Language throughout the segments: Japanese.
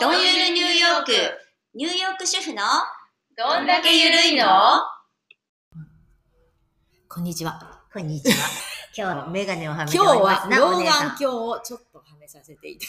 どんゆるニューヨーク、ニューヨーク主婦のどんだけゆるいのこんにちは。こんにちは。今日はメガネをはめて今お日りますはな老お姉さん眼鏡をちょっとはめさせていた。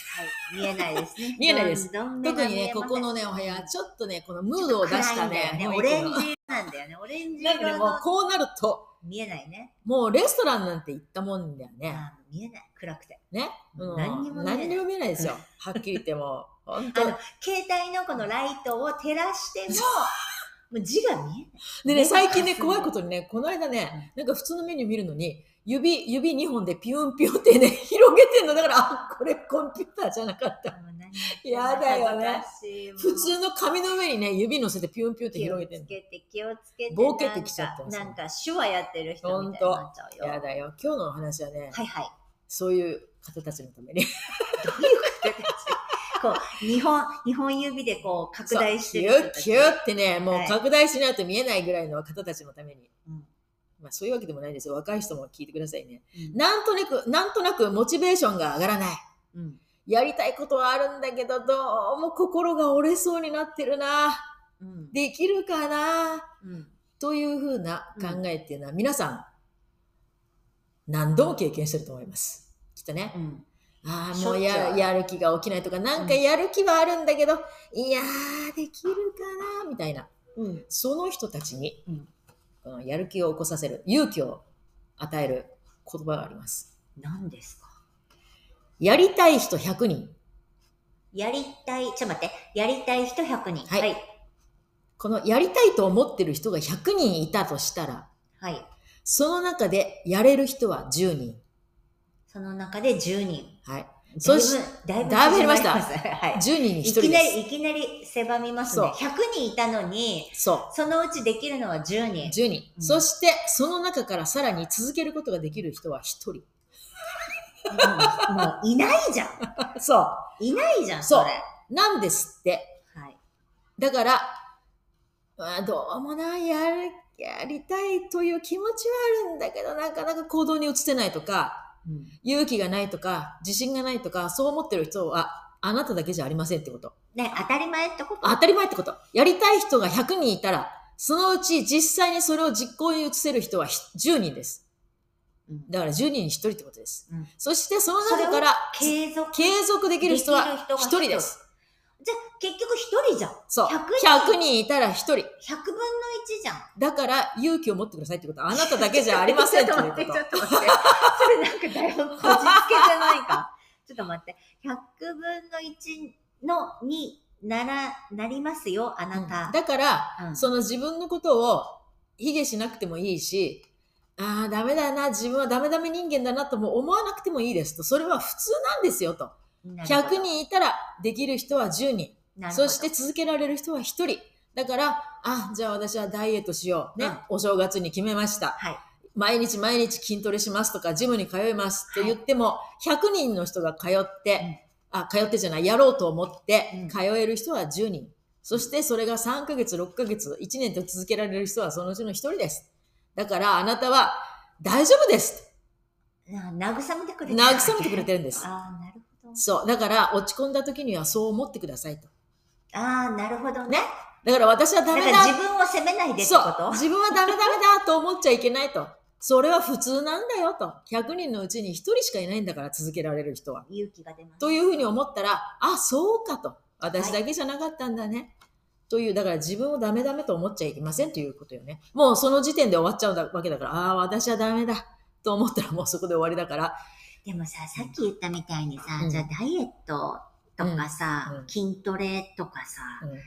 見えないですね 見えないですどんどん目特がに見えね、まこせんこのね、お部屋、ちょっとね、このムードを出したね、暗いんだよね雰オ囲レ気がンジなんだよね。オレンジなんかね、色もうのこうなると、見えないね。もうレストランなんて行ったもんだよね。あー見えない。暗くて。ね。うん何にも見えない何にも見えないですよ。はっきり言っても う。本あ当の、携帯のこのライトを照らしても、もう字が見えない。で目ね、が最近ね、かすむ怖いことにね、この間ね、なんか普通のメニュー見るのに、指、指2本でピュンピュンってね、 広げてんの。だから、あ、これコンピューターじゃなかった。もう何やだよ恥ずね。かしい普通の紙の上にね、指乗せてピュンピュンって広げてんの。気をつけて、気をつけて。ボケてきちゃったなんかなんか手話やってる人みたいになっちゃうやよ。だよ。今日のお話はね、はいはい。そういう方たちのために。こう、日本、日本指でこう、拡大してるそう人たち。キュッキュッってね、もうはい拡大しないと見えないぐらいの方たちのために。うんまあそういうわけでもないですよ。若い人も聞いてくださいね。うんなんとなく、なんとなくモチベーションが上がらない。うんやりたいことはあるんだけど、どうも心が折れそうになってるな。うんできるかな。うんというふうな考えっていうのは、皆さん、何度も経験してると思います。きっとね。うんああ、しょもっうちゅうややる気が起きないとか、なんかやる気はあるんだけど、いやー、できるかな、みたいな。うんその人たちに、うんこのやる気を起こさせる、勇気を与える言葉があります。何ですかやりたい人100人。やりたい、ちょっと待って、やりたい人100人。はいはい。このやりたいと思ってる人が100人いたとしたら、はいその中でやれる人は10人。その中で10人。はい。そしだいぶ、だいぶ減りまし縮たまりますはい10。人に1い人きでなす。り、いきなり狭みますね。100そ人いたのに、そそのうちできるのは10う。人。 10人。うんそして、その中からさらに続けることができる人は1人。もうもういないじゃん。そいないじゃん、そうそれ。う。なんですって。はい。だから、あーどうもな、やる、やりたいという気持ちはあるんだけど、なかなか行動に移せないとか、うん勇気がないとか、自信がないとか、そう思ってる人は、あなただけじゃありませんってこと。ね、当たり前ってこと当たり前ってこと。やりたい人が100人いたら、そのうち実際にそれを実行に移せる人はひ10人です。うんだから10人に1人ってことです。うんそしてその中から継続。継続できる人はできる人1が人です。じゃあ、結局1人じゃん。100そう。 100 100人いたら1人。分の1じゃん。だから勇気を持ってくださいってことはあなただけじゃありませんってちいょうっこと待って、ちょっと待って。それなんかだいぶこじつけじゃないか。 ちょっと待って。100分の1の2なら、なりますよ、あなた。だから、うんその自分のことを卑下しなくてもいいし、ああ、ダメだな、自分はダメダメ人間だなとも思わなくてもいいですと。それは普通なんですよと。なるほど100人いたらできる人は10人。なるほそどして続けられる人は1人。だから、あ、じゃあ私はダイエットしよう。ね、うんお正月に決めました。はい。毎日毎日筋トレしますとか、ジムに通いますと言っても、100人の人が通って、あ、通ってじゃない、やろうと思ってう、ん通える人は10人。そしてそれが3ヶ月、6ヶ月、1年と続けられる人はそのうちの1人です。だからあなたは大丈夫ですな慰めてくれてるわけ慰めてくれてるんです。ああ、なるほど。そう。だから落ち込んだ時にはそう思ってくださいと。ああ、なるほどね。だから私はダだメかだら自分を責めないでってこそうと自分はダメダメだと思っちゃいけないと。それは普通なんだよと。100人のうちに1人しかいないんだから続けられる人は。勇気が出ます。というふうに思ったら、あ、そうかと。私だけじゃなかったんだね。という、だから自分をダメダメと思っちゃいけませんということよね。もうその時点で終わっちゃうわけだから、ああ、私はダメだと思ったらもうそこで終わりだから、でもさ、さっき言ったみたいにさ、うんじゃあダイエットとかさ、うんうん筋トレとかさ、うん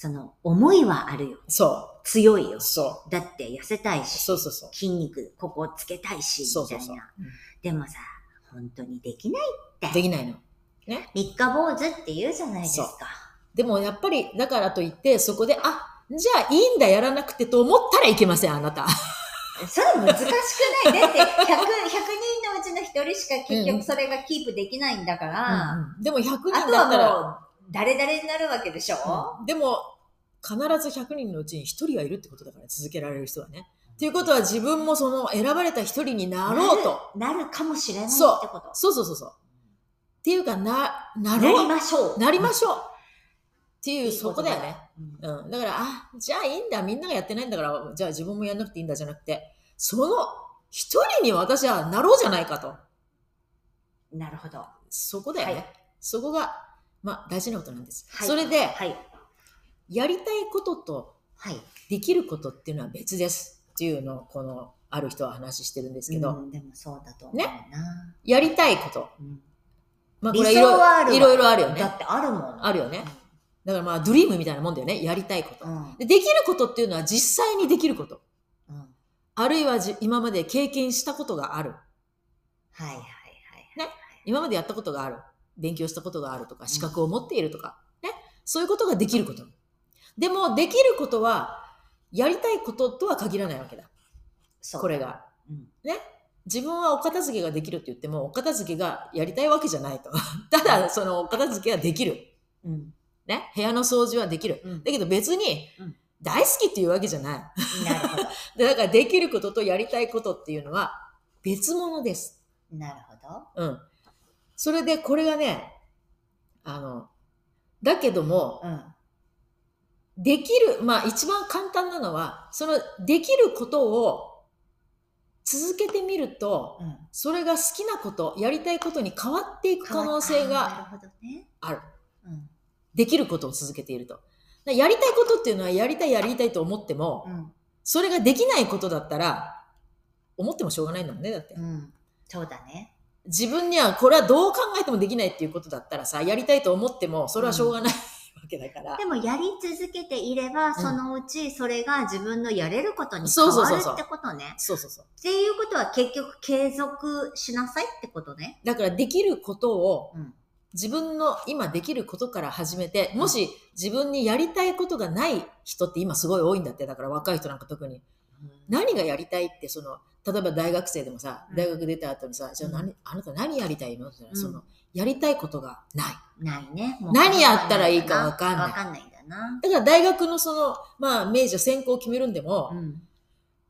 その思いはあるよ。そ強いよう、。そ、だって痩せたいうし、そうそうそう。筋肉ここつけたいし、そうみたそいうそうな。でもさ、本当にできない。できないの。三日坊主って言うじゃないですか。でもやっぱり、だからといって、そこで、あ、じゃあいいんだ、やらなくてと思ったらいけません、あなた。それ難しくないだって100、100人のうちの一人しか結局それがキープできないんだから、 うんうんでも100あ人とだはったら、もう、誰々になるわけでしょ、でも、必ず100人のうちに1人はいるってことだから、続けられる人はね。っていうことは自分もその選ばれた1人になろうと。なるかもしれないってそうこと。そうそうそうそう。っていうか、な、ななろりう。ましょう。なりまょしょう。っていう、うそこだよね。。うんうん。だから、あ、じゃあいいんだ。みんながやってないんだから、じゃあ自分もやんなくていいんだじゃなくて、その一人に私はなろうじゃないかと。なるほど。そこだよね。はいそこが、まあ大事なことなんです。はいそれで、はい。やりたいこととはい。できることっていうのは別ですっていうのを、この、ある人は話してるんですけど、うんでもそうだと思うな。やりたいこと。うんまあ理い想ろはあるわいろいろあるよだね。ってあるもん。あるよね。だからまあ、ドリームみたいなもんだよね。やりたいことう。ん。でできることっていうのは実際にできること。うん。はいあるいはじ今まで経験したことがある。はいはい。今までやったことがある。勉強したことがあるとか、資格を持っているとか、ね。そういうことができること。でも、できることは、やりたいこととは限らないわけだ。そう。これが。うん。ね。自分はお片付けができるって言っても、お片付けがやりたいわけじゃないと。 ただ、そのお片付けはできる。うん。ね。部屋の掃除はできる。うんだけど別にうん、大好きっていうわけじゃない。なるほど。 でだからできることとやりたいことっていうのは別物です。なるほど。うん。それでこれがね、あの、だけども、うん。できる、まあ一番簡単なのは、そのできることを続けてみると、うん。それが好きなこと、やりたいことに変わっていく可能性があなるほどね。ある。うん。できることを続けていると。だからやりたいことっていうのはやりたいやりたいと思っても、うん。それができないことだったら、思ってもしょうがないんだもんね、だって。うん。そうだね。自分にはこれはどう考えてもできないっていうことだったらさ、やりたいと思っても、それはしょうがないわけだから。でもやり続けていれば、そのうちそれが自分のやれることに変そうそうわそうるそうってことね。そうそうそう。っていうことは結局継続しなさいってことね。だからできることを、うん。自分の今できることから始めて、もし自分にやりたいことがない人って今すごい多いんだって、だから若い人なんか特に。何がやりたいって、その、例えば大学生でもさう、ん大学出た後にさ、じゃあ何、あなた何やりたいのって言ったら、その、やりたいことがない。ないね。もう何やったらいいかわかんないわかんないんだな。だから大学のその、まあ、明治専攻を決めるんでも、うん。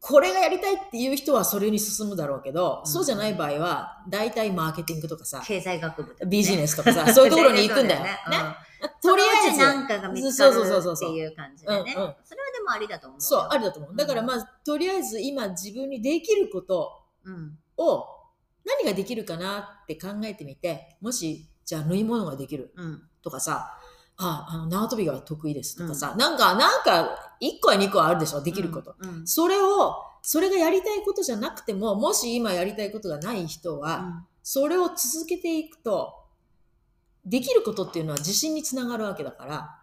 これがやりたいっていう人はそれに進むだろうけど、うんそうじゃない場合は、大体マーケティングとかさ、経済学部とかねビジネスとかさ、そういうところに行くんだ よ。ね。うんとりそのうちあなえず、んかが見つかそうるそうそうそうっていう感じでね。それうんうはんでもありだと思うよ。そう、あるだと思う。だからまあ、とりあえず今自分にできることうん。を、何ができるかなって考えてみて、もし、じゃあ縫い物ができるうん。とかさ、あ、あの、縄跳びが得意ですとかさ、なんか、なんか、1個や2個はあるでしょ、でできること。。うん。それを、それがやりたいことじゃなくても、もし今やりたいことがない人は、それを続けていくと、できることっていうのは自信につながるわけだから、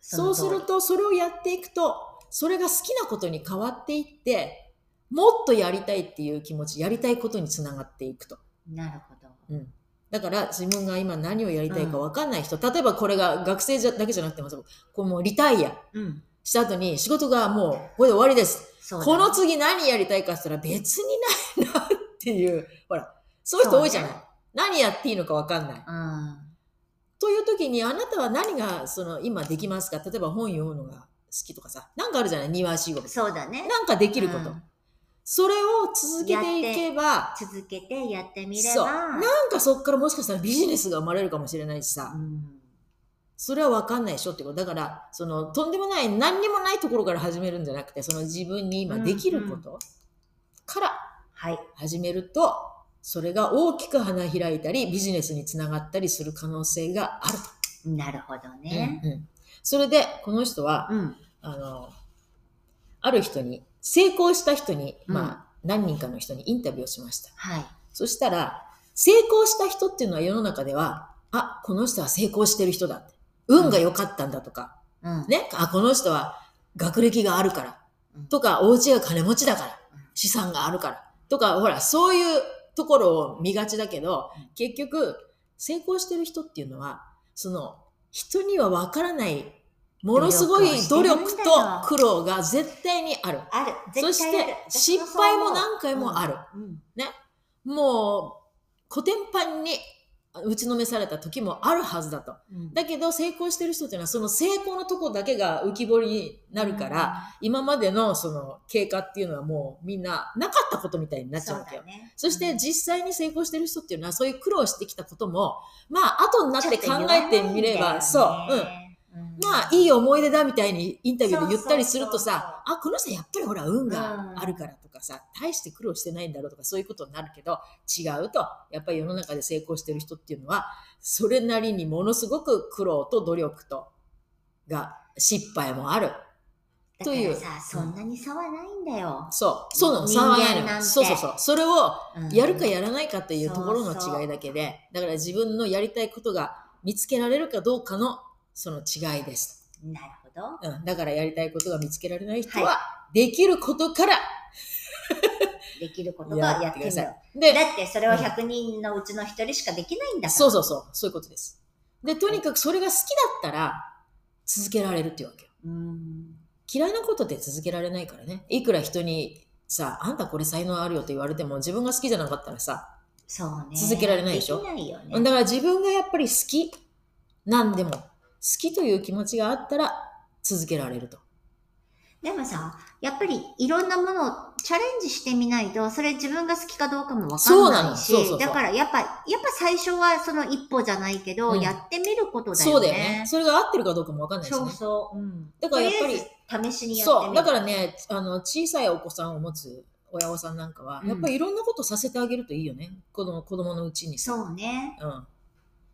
そうすると。と、それをやっていくと、それが好きなことに変わっていって、もっとやりたいっていう気持ち、やりたいことにつながっていくと。なるほど。うん。だから、自分が今何をやりたいか分かんない人、例えばこれが学生じゃだけじゃなくても、こうもうリタイアうん。した後に仕事がもうこれで終わりです。そうだねこの次何やりたいかって言ったら別にないなっていう、ほら、そういう人多いじゃない。そうね何やっていいのか分かんない。うん。という時にあなたは何がその今できますか例えば本読むのが好きとかさ、なんかあるじゃない庭仕事。そうだね。なんかできること。うんそれを続けていけば、続けてやってみれば。そう。なんかそっからもしかしたらビジネスが生まれるかもしれないしさ、うんそれはわかんないでしょってこと。だから、その、とんでもない、何にもないところから始めるんじゃなくて、その自分に今できることからはい。始めると、それが大きく花開いたり、ビジネスにつながったりする可能性があると。なるほどね。うんうんそれで、この人は、うん。あの、ある人に、成功した人に、うんまあ、何人かの人にインタビューをしました。はい。そしたら、成功した人っていうのは世の中では、あ、この人は成功してる人だって。運が良かったんだとか、うん。ね、あ、この人は学歴があるから、うんとか、お家が金持ちだからうん、資産があるから、とか、ほら、そういうところを見がちだけどうん、結局、成功してる人っていうのは、その、人にはわからない、ものすごい努努力力をしてるんだとよ苦労が絶対にある。ある。そ絶し対あてる。、失敗も何回もある。る。うん。もう、古典版に、打ちのめされた時もあるはずだと。うんだけど成功してる人っていうのはその成功のとこだけが浮き彫りになるから、、今までのその経過っていうのはもうみんななかったことみたいにうんなっちゃうわけよ。そうだねそして実際に成功してる人っていうのはそういう苦労してきたことも、まあ後になって考えてみれば、そう、うん。うんまあいい思い出だみたいにインタビューで言ったりするとそうさ、あ、この人やっぱりほら運があるからとかさ、大して苦労してないんだろうとかそういうことになるけど、違うと、やっぱり世の中で成功してる人っていうのは、それなりにものすごく苦労と努力と、が、失敗もある。というだからさ、そんなに差はないんだよ。そう。そうなの、人差間はないなんの。てそうそうそう。それをうんやるかやらないかというところそうそうの違いだけで、だから自分のやりたいことが見つけられるかどうかのその違いです。なるほど。うん、だからやりたいことが見つけられない人はは、できることからできることがややっっててみくよだう。さだい。で、ってそれは100人のうちの1人しかできないんだから。そうそうそう、そういうことです。で、とにかくそれが好きだったら、続けられるっていうわけよ。うん。嫌いなことって続けられないからね。いくら人にさ、あんたこれ才能あるよと言われても、自分が好きじゃなかったらさ、そうね。続けられないでしょできないよね。だから自分がやっぱり好き、なんでも、好きという気持ちがあったら続けられると。でもさ、やっぱりいろんなものをチャレンジしてみないと、それ自分が好きかどうかもわかそんうななのいそうそうそし、うだからやっぱ、やっぱ最初はその一歩じゃないけど、うんやってみることだそよね。うだよね。それが合ってるかどうかもわかんないしね。そうそう。うん、だからやっとぱりりあえず試しにやってみる。そう。だからね、あの、小さいお子さんを持つ親御さんなんかは、うんやっぱりいろんなことさせてあげるといいよね。子供、子供のうちにさ。そうね。うん。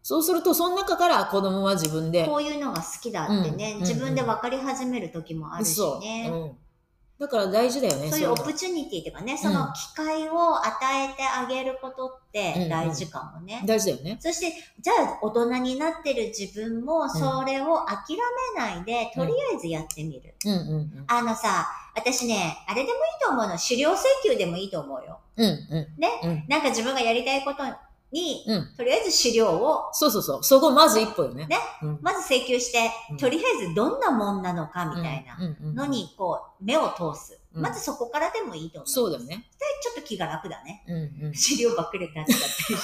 そうすると、その中から子供は自分で。こういうのが好きだってね、うん自分で分かり始める時もあるしね。そう。うん。だから大事だよね。そういうオのプチュニティというかね、その機会を与えてあげることって大事かもね。大事だよね。そして、じゃあ大人になってる自分もそれを諦めないで、うんとりあえずやってみる。うんうんうん。あのさ、私ね、あれでもいいと思うの。狩猟請求でもいいと思うよ。うんうん。ねうん。なんか自分がやりたいことに、うん。とりあえず狩猟をそうそうそう。そこまず一歩よね。ねうん。まず請求してうん、とりあえずどんなもんなのかみたいなうんうんうんのに、こう、目を通す。うんまずそこからでもいいと思う。そうだよ。ね。ちょっと気が楽だ ね。うんうん。資料ばっかりになっちゃったりしてね。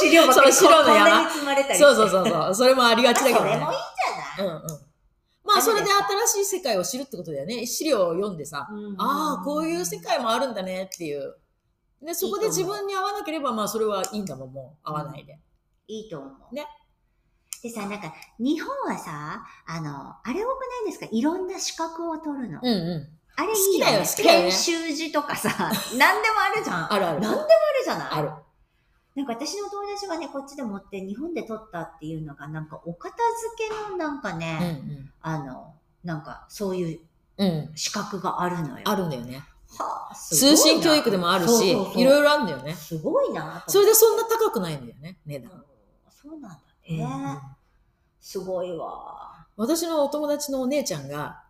資料ばっかりそう資料の山こんなに積まれたりしてそうそうそうそう。それもありがちだけどまあそれねもい。いんじうゃんない、うん。まあ、それで新しい世界を知るってことだよね。資料を読んでさ、ああ、こういう世界もあるんだねっていう。で、そこで自分に合わなければ、まあ、それはいいんだもん、もう。合わないで。いいと思う。ね。でさ、なんか、日本はさ、あの、あれ多くないですかいろんな資格を取るの。うんうあれい好いきよ、だね。よ好きだよね研修時とかさ、何でもあるじゃん。あるある何でもあるじゃないある。なんか私の友達がね、こっちで持って日本で取ったっていうのが、なんかお片付けのなんかん。うんね、あの、なんかそういううん。うん。資格があるのよ。あるんだよね。はあすごいな通信教育でもあるし、いろいろあるんだよね。すごいなとそ思れっでそんな高くないんだよね、値て段。そうなんだうね、んうんすごいわ私のお友達のお姉ちゃんが、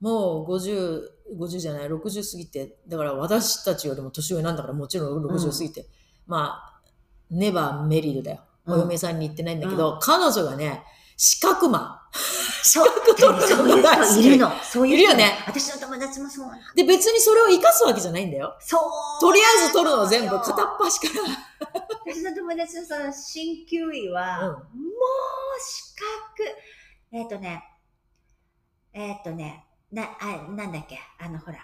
もう50、50じゃない、60過ぎて、だから私たちよりも年上なんだから、もちろん60過ぎて、まあ、ネバーメリルだよ。うんお嫁さんに行ってないんだけど、彼女がね、資格マン。資格そう取いうるのが大好人きいるのそういう人いるよね私の友達もそうなので、別にそれを活かすわけじゃないんだよ。そうとりあえず取るの全部、片っっ端から。私の友達のその鍼灸医は、うんもう資格えっ、とねえっ、とねなあなんだっけあのほら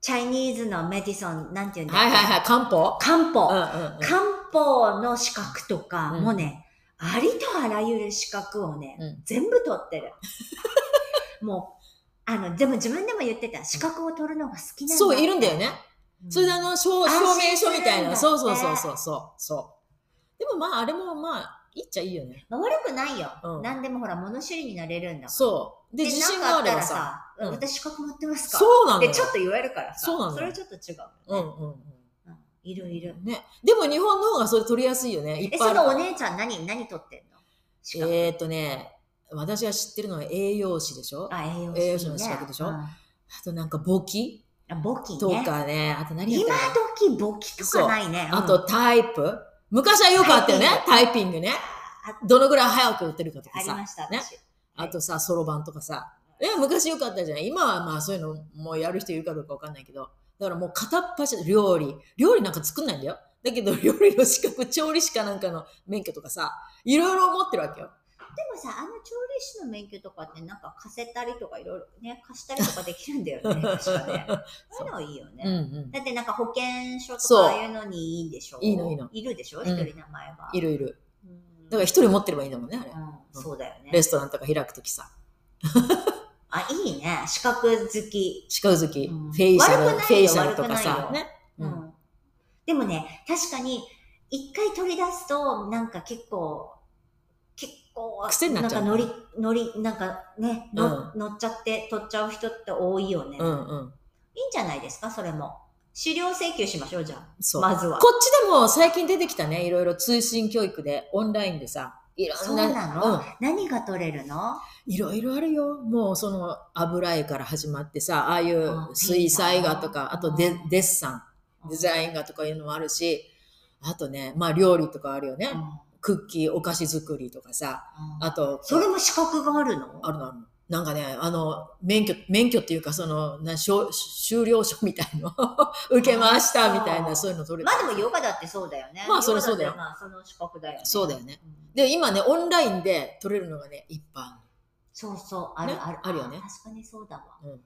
チャイニーズのメディソンなんていうんだっはけ、いはいはい、漢方漢方、うんうんうん漢方の資格とかうんもね、ありとあらゆる資格をね、うん全部取ってる。 もう、あの、でも自分でも言ってた、資格を取るのが好きなんだ。そう、いるんだよね。うん。それであの証安証心明する書んだみたいねな。そうそうそうそうそうそう。でもまああれもまあいいっちゃいいよね。まあ悪くないよ。うん何でもほら、物知りになれるんだもんそう。でで自信なんかあがっあたれらばささ。、うん私資格持ってますかそうなのでよ。ちょっと言われるからさ、そうなのよれはちょっと違ううんようね。んうんいるいるう。ん。ね。でも日本の方がそれ取りやすいよね。いっえ、ぱいそあるのかおら。姉ちゃん何、何取ってんの資格。えーっとね、私が知ってるのは栄養士でしょ。ああ、栄養士、栄養士の資格でしょうんあとなんか簿記簿記ね。とかね。あと何やっ今たか時簿記とかないね。なあうとん、タイプ。昔はよくあったよね。タイピングね。あどのぐらい早く打てるかとあかりさ。ました、ね私。あとさ、そろばんとかさ。え、昔よかったじゃん。今はまあそういうのもうやる人いるかどうかわかんないけど。だからもう片っ端で料理。料理なんか作んないんだよ。だけど 料理の資格、調理師かなんかの免許とかさ、いろいろ持ってるわけよ。もさ、あの調理師の免許とかってなんか貸せたりとかいろいろね、貸したりとかできるんだよ ね。確かね。そういうのいいよね。うんうん。だってなんか保険証とそうかああいうのにいいんでしょいいのいいのいるでしょん一人名前が。いるいる。うん。だから一人持ってればいいんだもんね、あれ。うん、そうだよねレ。ストランとか開くときさ。あ、いいね。資格好き。近づき、うんフェイシャ悪くル、ないよフェイシャルとか悪さ。くないね。ううんん。でもね、確かに、一回取り出すと、なんか結構、結構、癖になっちゃうなんか乗り、乗り、なんかね、の乗っちゃって、取っちゃう人って多いよね。いういんんうん。じゃないですか、それも。資料請求しましょう、じゃそあ。う。まずは。こっちでも最近出てきたね、いろいろ通信教育で、オンラインでさ、いろんな、そうなの、うん何が取れるのいろいろあるよ。もうその油絵から始まってさ、ああいうあ水彩画とか、いあいなとデデッサン、デザイン画とかいうのもあるし、あとね、まあ料理とかあるよね。うんクッキー、お菓子作りとかさ、あと、それも資格があるのあるのあるの。なんかね、あの、免許、免許っていうか、その、な、しょ修了書みた いの、受けましたみたいあーな、そういうの取れまたあでもヨガだってそうだよね。まあそりゃそうだよヨガってまあその資格だよね。そうだよねうん。で、今ね、オンラインで取れるのがね、一般。そうそう、あるねある。あるよね確かにそうだわ。うん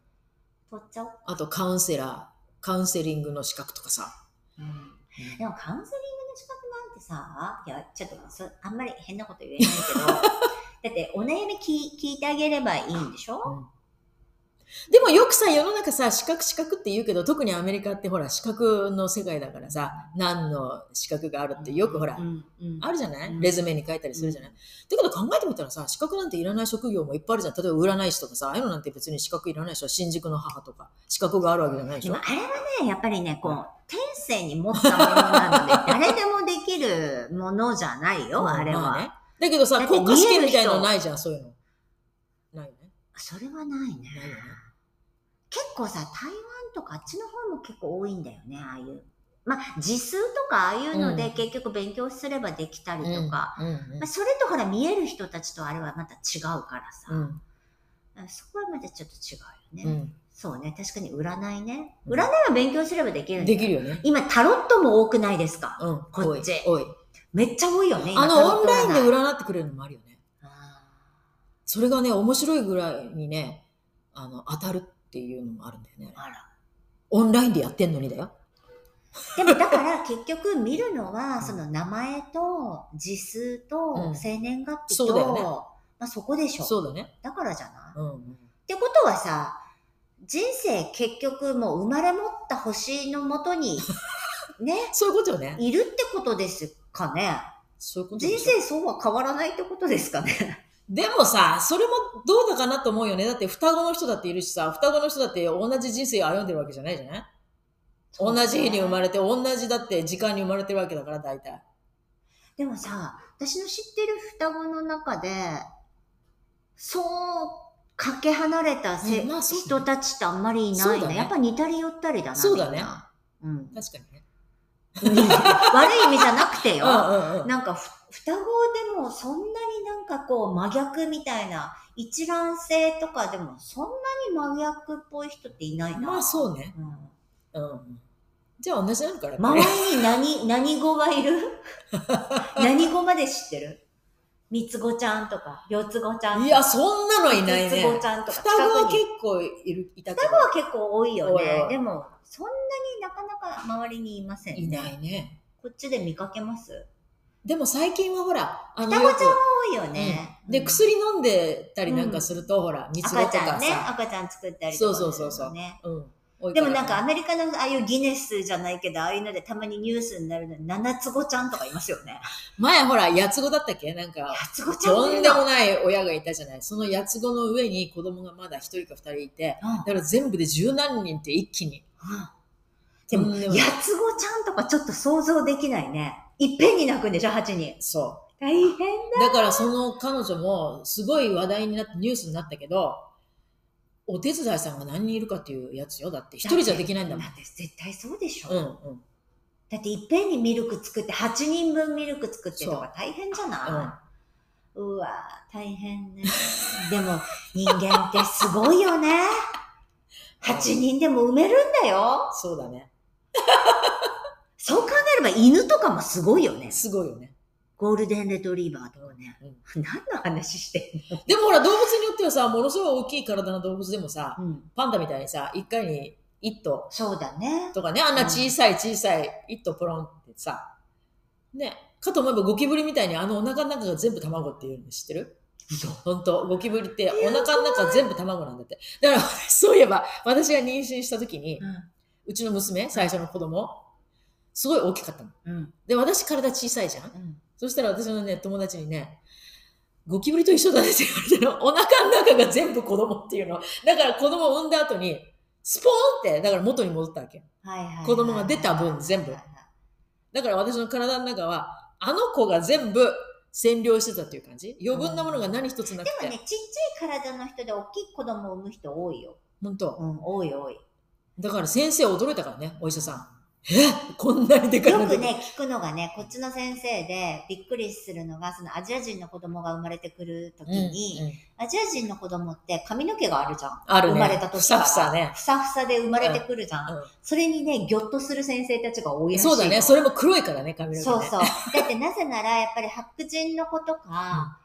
取っちゃおう。あと、カウンセラー、カウンセリングの資格とかさ。でもカウンセリングの資格なんてさ、いや、ちょっとそあんまり変なこと言えないけ ど、だってお悩み聞聞いてあげればいいんでしょでもよくさ、世の中さ、資格資格って言うけど、特にアメリカってほら、資格の世界だからさ、何の資格があるってよくほらう、んうんあるじゃなういんレズメに書いたりするじゃない、だけど考えてみたらさ、資格なんていらない職業もいっぱいあるじゃん。例えば占い師とかさ、ああいうのなんて別に資格いらないでしょ。新宿の母とか、資格があるわけじゃないででしょもあ。れはね、やっぱりね、こう、天性に持ったものなので、誰でもできるものじゃないよ、あれ まは。ね。だけどださ、って国家試験みたいのないじゃん、そういうの。ないよね。それはないね。ないよね。結構さ、台湾とかあっちの方も結構多いんだよね、ああいう。まあ、時数とかああいうのうでん結局勉強すればできたりとか、うん。うんまあ、それとほら見える人たちとあれはまた違うからさ、うん。そこはまたちょっと違ううよね。んそうね、確かに占いね。うん占いは勉強すればできるうんん。だよできるよね。今タロットも多くないですか、うん。こっち多い。多いめっちゃ多いよね。今あの、タロッオントラ占イいンで占ってくれるのもあるよね。あそれがね、面白いぐらいにね、あの、当たるっていうのもあるんだよねー。あら。オンラインでやってんのにだよ。でもだから結局見るのは、んその名前と、時数うと、ん生年月日そうだよねと、まあそこでしょ。そうだね。だからじゃないうんうん。ってことはさ、人生結局もう生まれ持った星のもと に、ね、そういうことよね。いるってことですかね。そういうことでし人ょ生そうは変わらないってことですかね。でもさ、それもどうだかなと思うよね。だって双子の人だっているしさ、双子の人だって同じ人生を歩んでるわけじゃないじゃない同じ日に生まれれて、同じだって時間に生まれてるわけだから、大体。でもさ、私の知ってる双子の中で、そう、かけ離れたせ、うんまあそうね人たちってあんまりいなそういだね。ねやっぱ似たり寄ったりだな。そうだみねんな。うん。 確かにね。悪い意味じゃなくてうよ。んうんうん。なんかふ、双子でもそんなになんかこう真逆みたいな一卵性とかでもそんなに真逆っぽい人っていないな。まあそうね。うん。うん。じゃあ同じなのかなこ周れりに何、何語がいる何語まで知ってる三つ子ちゃんとか、四つ子ちゃんとか。いや、そんなのいない五ね。つ子ちゃんとか双子近は結く構いる、いたけ双子は結構多いよ多いね多。いでも、そんなになかなか周りにいませんね。いないね。こっちで見かけますでも最近はほら、あの、双子よくちゃんは多いよね。うんで、うん薬飲んでたりなんかすると、ほら、三つ子赤とちゃかんね、さ。赤ちゃん作ったりとか、ね。そうそうそうそううん多いでらもなんかアメリカのああいうギネスじゃないけど、ああいうのでたまにニュースになるのに、七つ子ちゃんとかいますよね。前ほら、八つ子だったっけなんか、八つ子ちゃんといんるでのもない親がいたじゃない。その八つ子の上に子供がまだ一人か二人いて、だから全部で十何人って一気に。うんとんででも、もない八つ子ちゃんとかちょっと想像できないね。いっぺんに泣くんでしょ、八人。そ大変だ。う。だからその彼女も、すごい話題になってニュースになったけど、お手伝いさんが何人いるかっていうやつよ。だって一人じゃできないんだもんだ。って絶対そうでしょ。うんうん。だっていっぺんにミルク作って、8人分ミルク作ってとそかう大変じゃない、うわぁ、大変ね。でも人間ってすごいよ ね。8人でも埋めるんだよ。そうだね。そそう考えれば犬とかもすごいよね。すごいよね。ゴールデンレトリーバーとかね。 うん何の話してんでもほら、動物によってはさ、ものすごい大きい体の動物でもさ、の、パンダみたいにさ、一回に一頭そうだね。とかね、あんな小さい小さい一頭ポロンってさ、ね、かと思えばゴキブリみたいにあのお腹の中が全部卵っていうの知ってる本当ゴキブリってお腹の中全部卵なんだって。だから、 そういえば、私が妊娠した時に、うちの娘、最初の子供、すごい大きかったの。うん。うん。で、私体小さいじゃん。うん。そしたら私のね、友達にね、ゴキブリと一緒だねって言われてる。お腹の中が全部子供っていうの。だから子供を産んだ後に、スポーンって、だから元に戻ったわけ。はいはいはい。子供が出た分全部はいはいはいだから私の体の中は、あの子が全部占領してたっていう感じ。余分なものが何一つなくて。でもね、ちっちゃい体の人で大きい子供を産む人多いよ。本当。うん、多い多い。だから先生驚いたからね、お医者さん。えこんなにでかいのよくね、聞くのがね、こっちの先生でびっくりするのが、そのアジア人の子供が生まれてくるときうんうんに、アジア人の子供って髪の毛があるじゃん。あるね。生まれた時ふかさら。ふさね。ふさふさで生まれてくるじゃん。うんそれにね、ぎょっとする先生たちが多いらしいよ。そうだね。それも黒いからね、髪の毛、そね。うそう。だってなぜなら、やっぱり白人の子とか、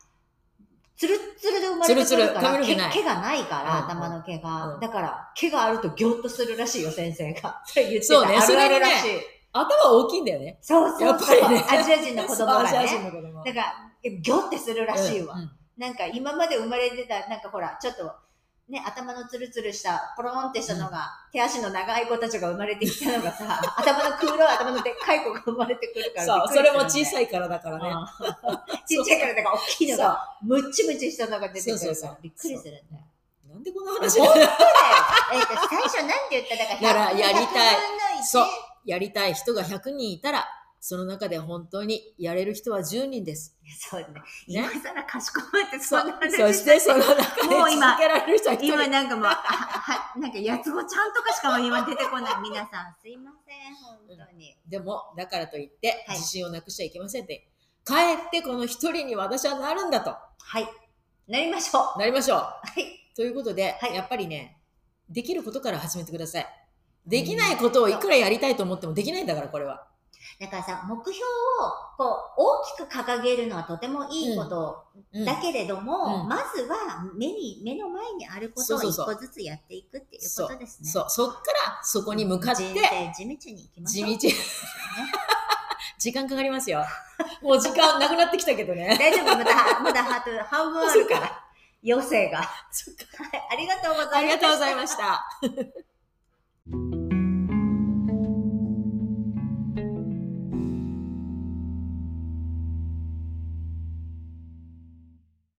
つるっつるで生まれてくるから、つるつる髪の毛ない毛毛がないかうんら、うん頭の毛が。うんだから、毛があるとぎょっとするらしいよ、先生が。そう言ってた そうねあるあるらそしい。頭大きいんだよね。そうそうそう。やっぱりねアジア人の子供がそうアジア人ね。の子供だから、ぎょってするらしいわ。うんうんなんか今まで生まれてた、なんかほら、ちょっと、ね、頭のツルツルした、ポロンってしたのが、手足の長い子たちが生まれてきたのがさ、頭の黒い頭のでっかい子が生まれてくるからそびっくりすう、そるんだれよ。も小さいからだからね。 ちっちゃいからだから大きいのそうが、ムッチムチしたのが出てくるからそうそうそうびっくりするんだよ。なんでこんな本話当だよ。えっと、最初なんて言っただから、だからやりたいいそうやりたい人が100人いたら、その中で本当にやれる人は10人です。そうね。今ね更かしこまってそそんなう話そしてその中でもう今続けられる人は1人。今なんかもう、あはなんかやつごちゃんとかしかも今出てこない。皆さんすいません、本当に。でも、だからといって、はい自信をなくしちゃいけませんって。かえってこの一人に私はなるんだと。はい。なりましょう。はなりましょう。い。ということで、はいやっぱりね、できることから始めてください。できないことをいくらやりたいと思ってもできないんだから、これは。だからさ、目標をこう大きく掲げるのはとてもいいことうんだけれども、うんまずは目に、目の前にあるこそとうをそ一うそう個ずつやっていくっていうことですね。。そうう、そっからそこに向かって、人生地道に行きまし地ょう。道、時間かかりますよ。もう時間なくなってきたけどね。大丈夫、まだ、まだハート半分ある から。 余生が。はいありがとうございました。ありがとうございました。